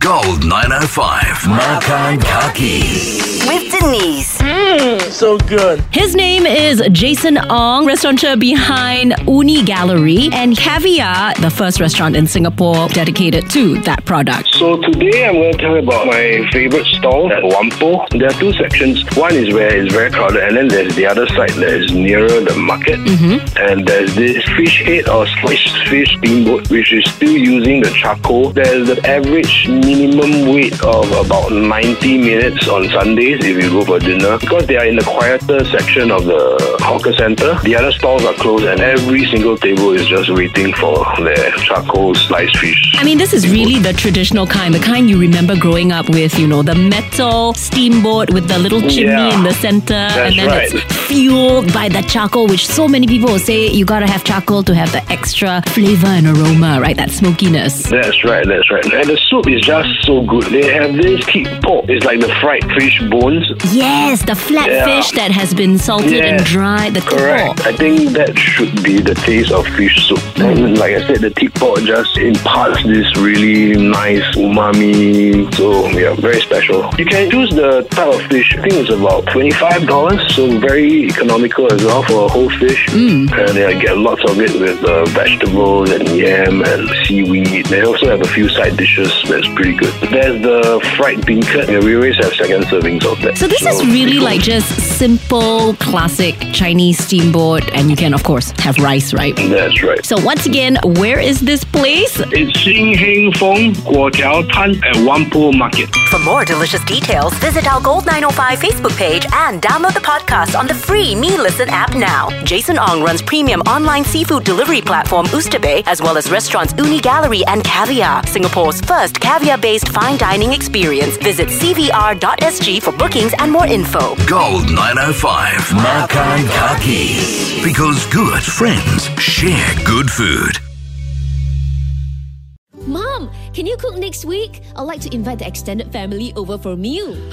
Gold 905. Makan Kaki. With Denise. So good. His name is Jason Ong, restaurateur behind Uni Gallery and Caviar, the first restaurant in Singapore dedicated to that product. So today I'm going to tell you about my favorite stall at Wampo. There are two sections. One is where it's very crowded, and then there's the other side that is nearer the market. And there's this fish head or sliced fish steamboat, which is still using the charcoal. There's the average minimum wait of about 90 minutes on Sundays if you go for dinner because they are in the quieter section of the hawker center. The other stalls are closed, and every single table is just waiting for their charcoal sliced fish. I mean, this is really the traditional kind, the kind you remember growing up with, you know, the metal steamboat with the little chimney Yeah. in the center, and then right. it's fueled by the charcoal, which so many people will say you gotta have charcoal to have the extra flavor and aroma, right? That smokiness. That's right, that's right. And the soup is just so good. They have this kid pork. It's like the fried fish bones. Yes, the flat Yeah. fish that has been salted and Yes, dried, the Correct. kippo. I think that should be the taste of fish soup. Mm. And like I said, the tea pot just imparts this really nice umami. So yeah, very special. You can choose the type of fish. I think it's about twenty-five dollars. So very economical as well for a whole fish. Mm. And yeah, get lots of it with uh, vegetables and yam and seaweed. They also have a few side dishes that's pretty good. There's the fried beancurd. Yeah, we always have second servings of that. So this is really like just simple, classic Chinese steamboat, and you can of course have rice, right? That's right. So once again, where is this place? It's Xin Heng Fong Guo Jiao Tan at Wampo Market. For more delicious details, visit our Gold 905 Facebook page and download the podcast on the free Me Listen app now. Jason Ong runs premium online seafood delivery platform Ustabe, as well as restaurants Uni Gallery and Caviar, Singapore's first caviar based fine dining experience. Visit cvr.sg for bookings and more info. Gold 905. Makan Kaki. Because good friends share good food. Mom, can you cook next week? I'd like to invite the extended family over for a meal.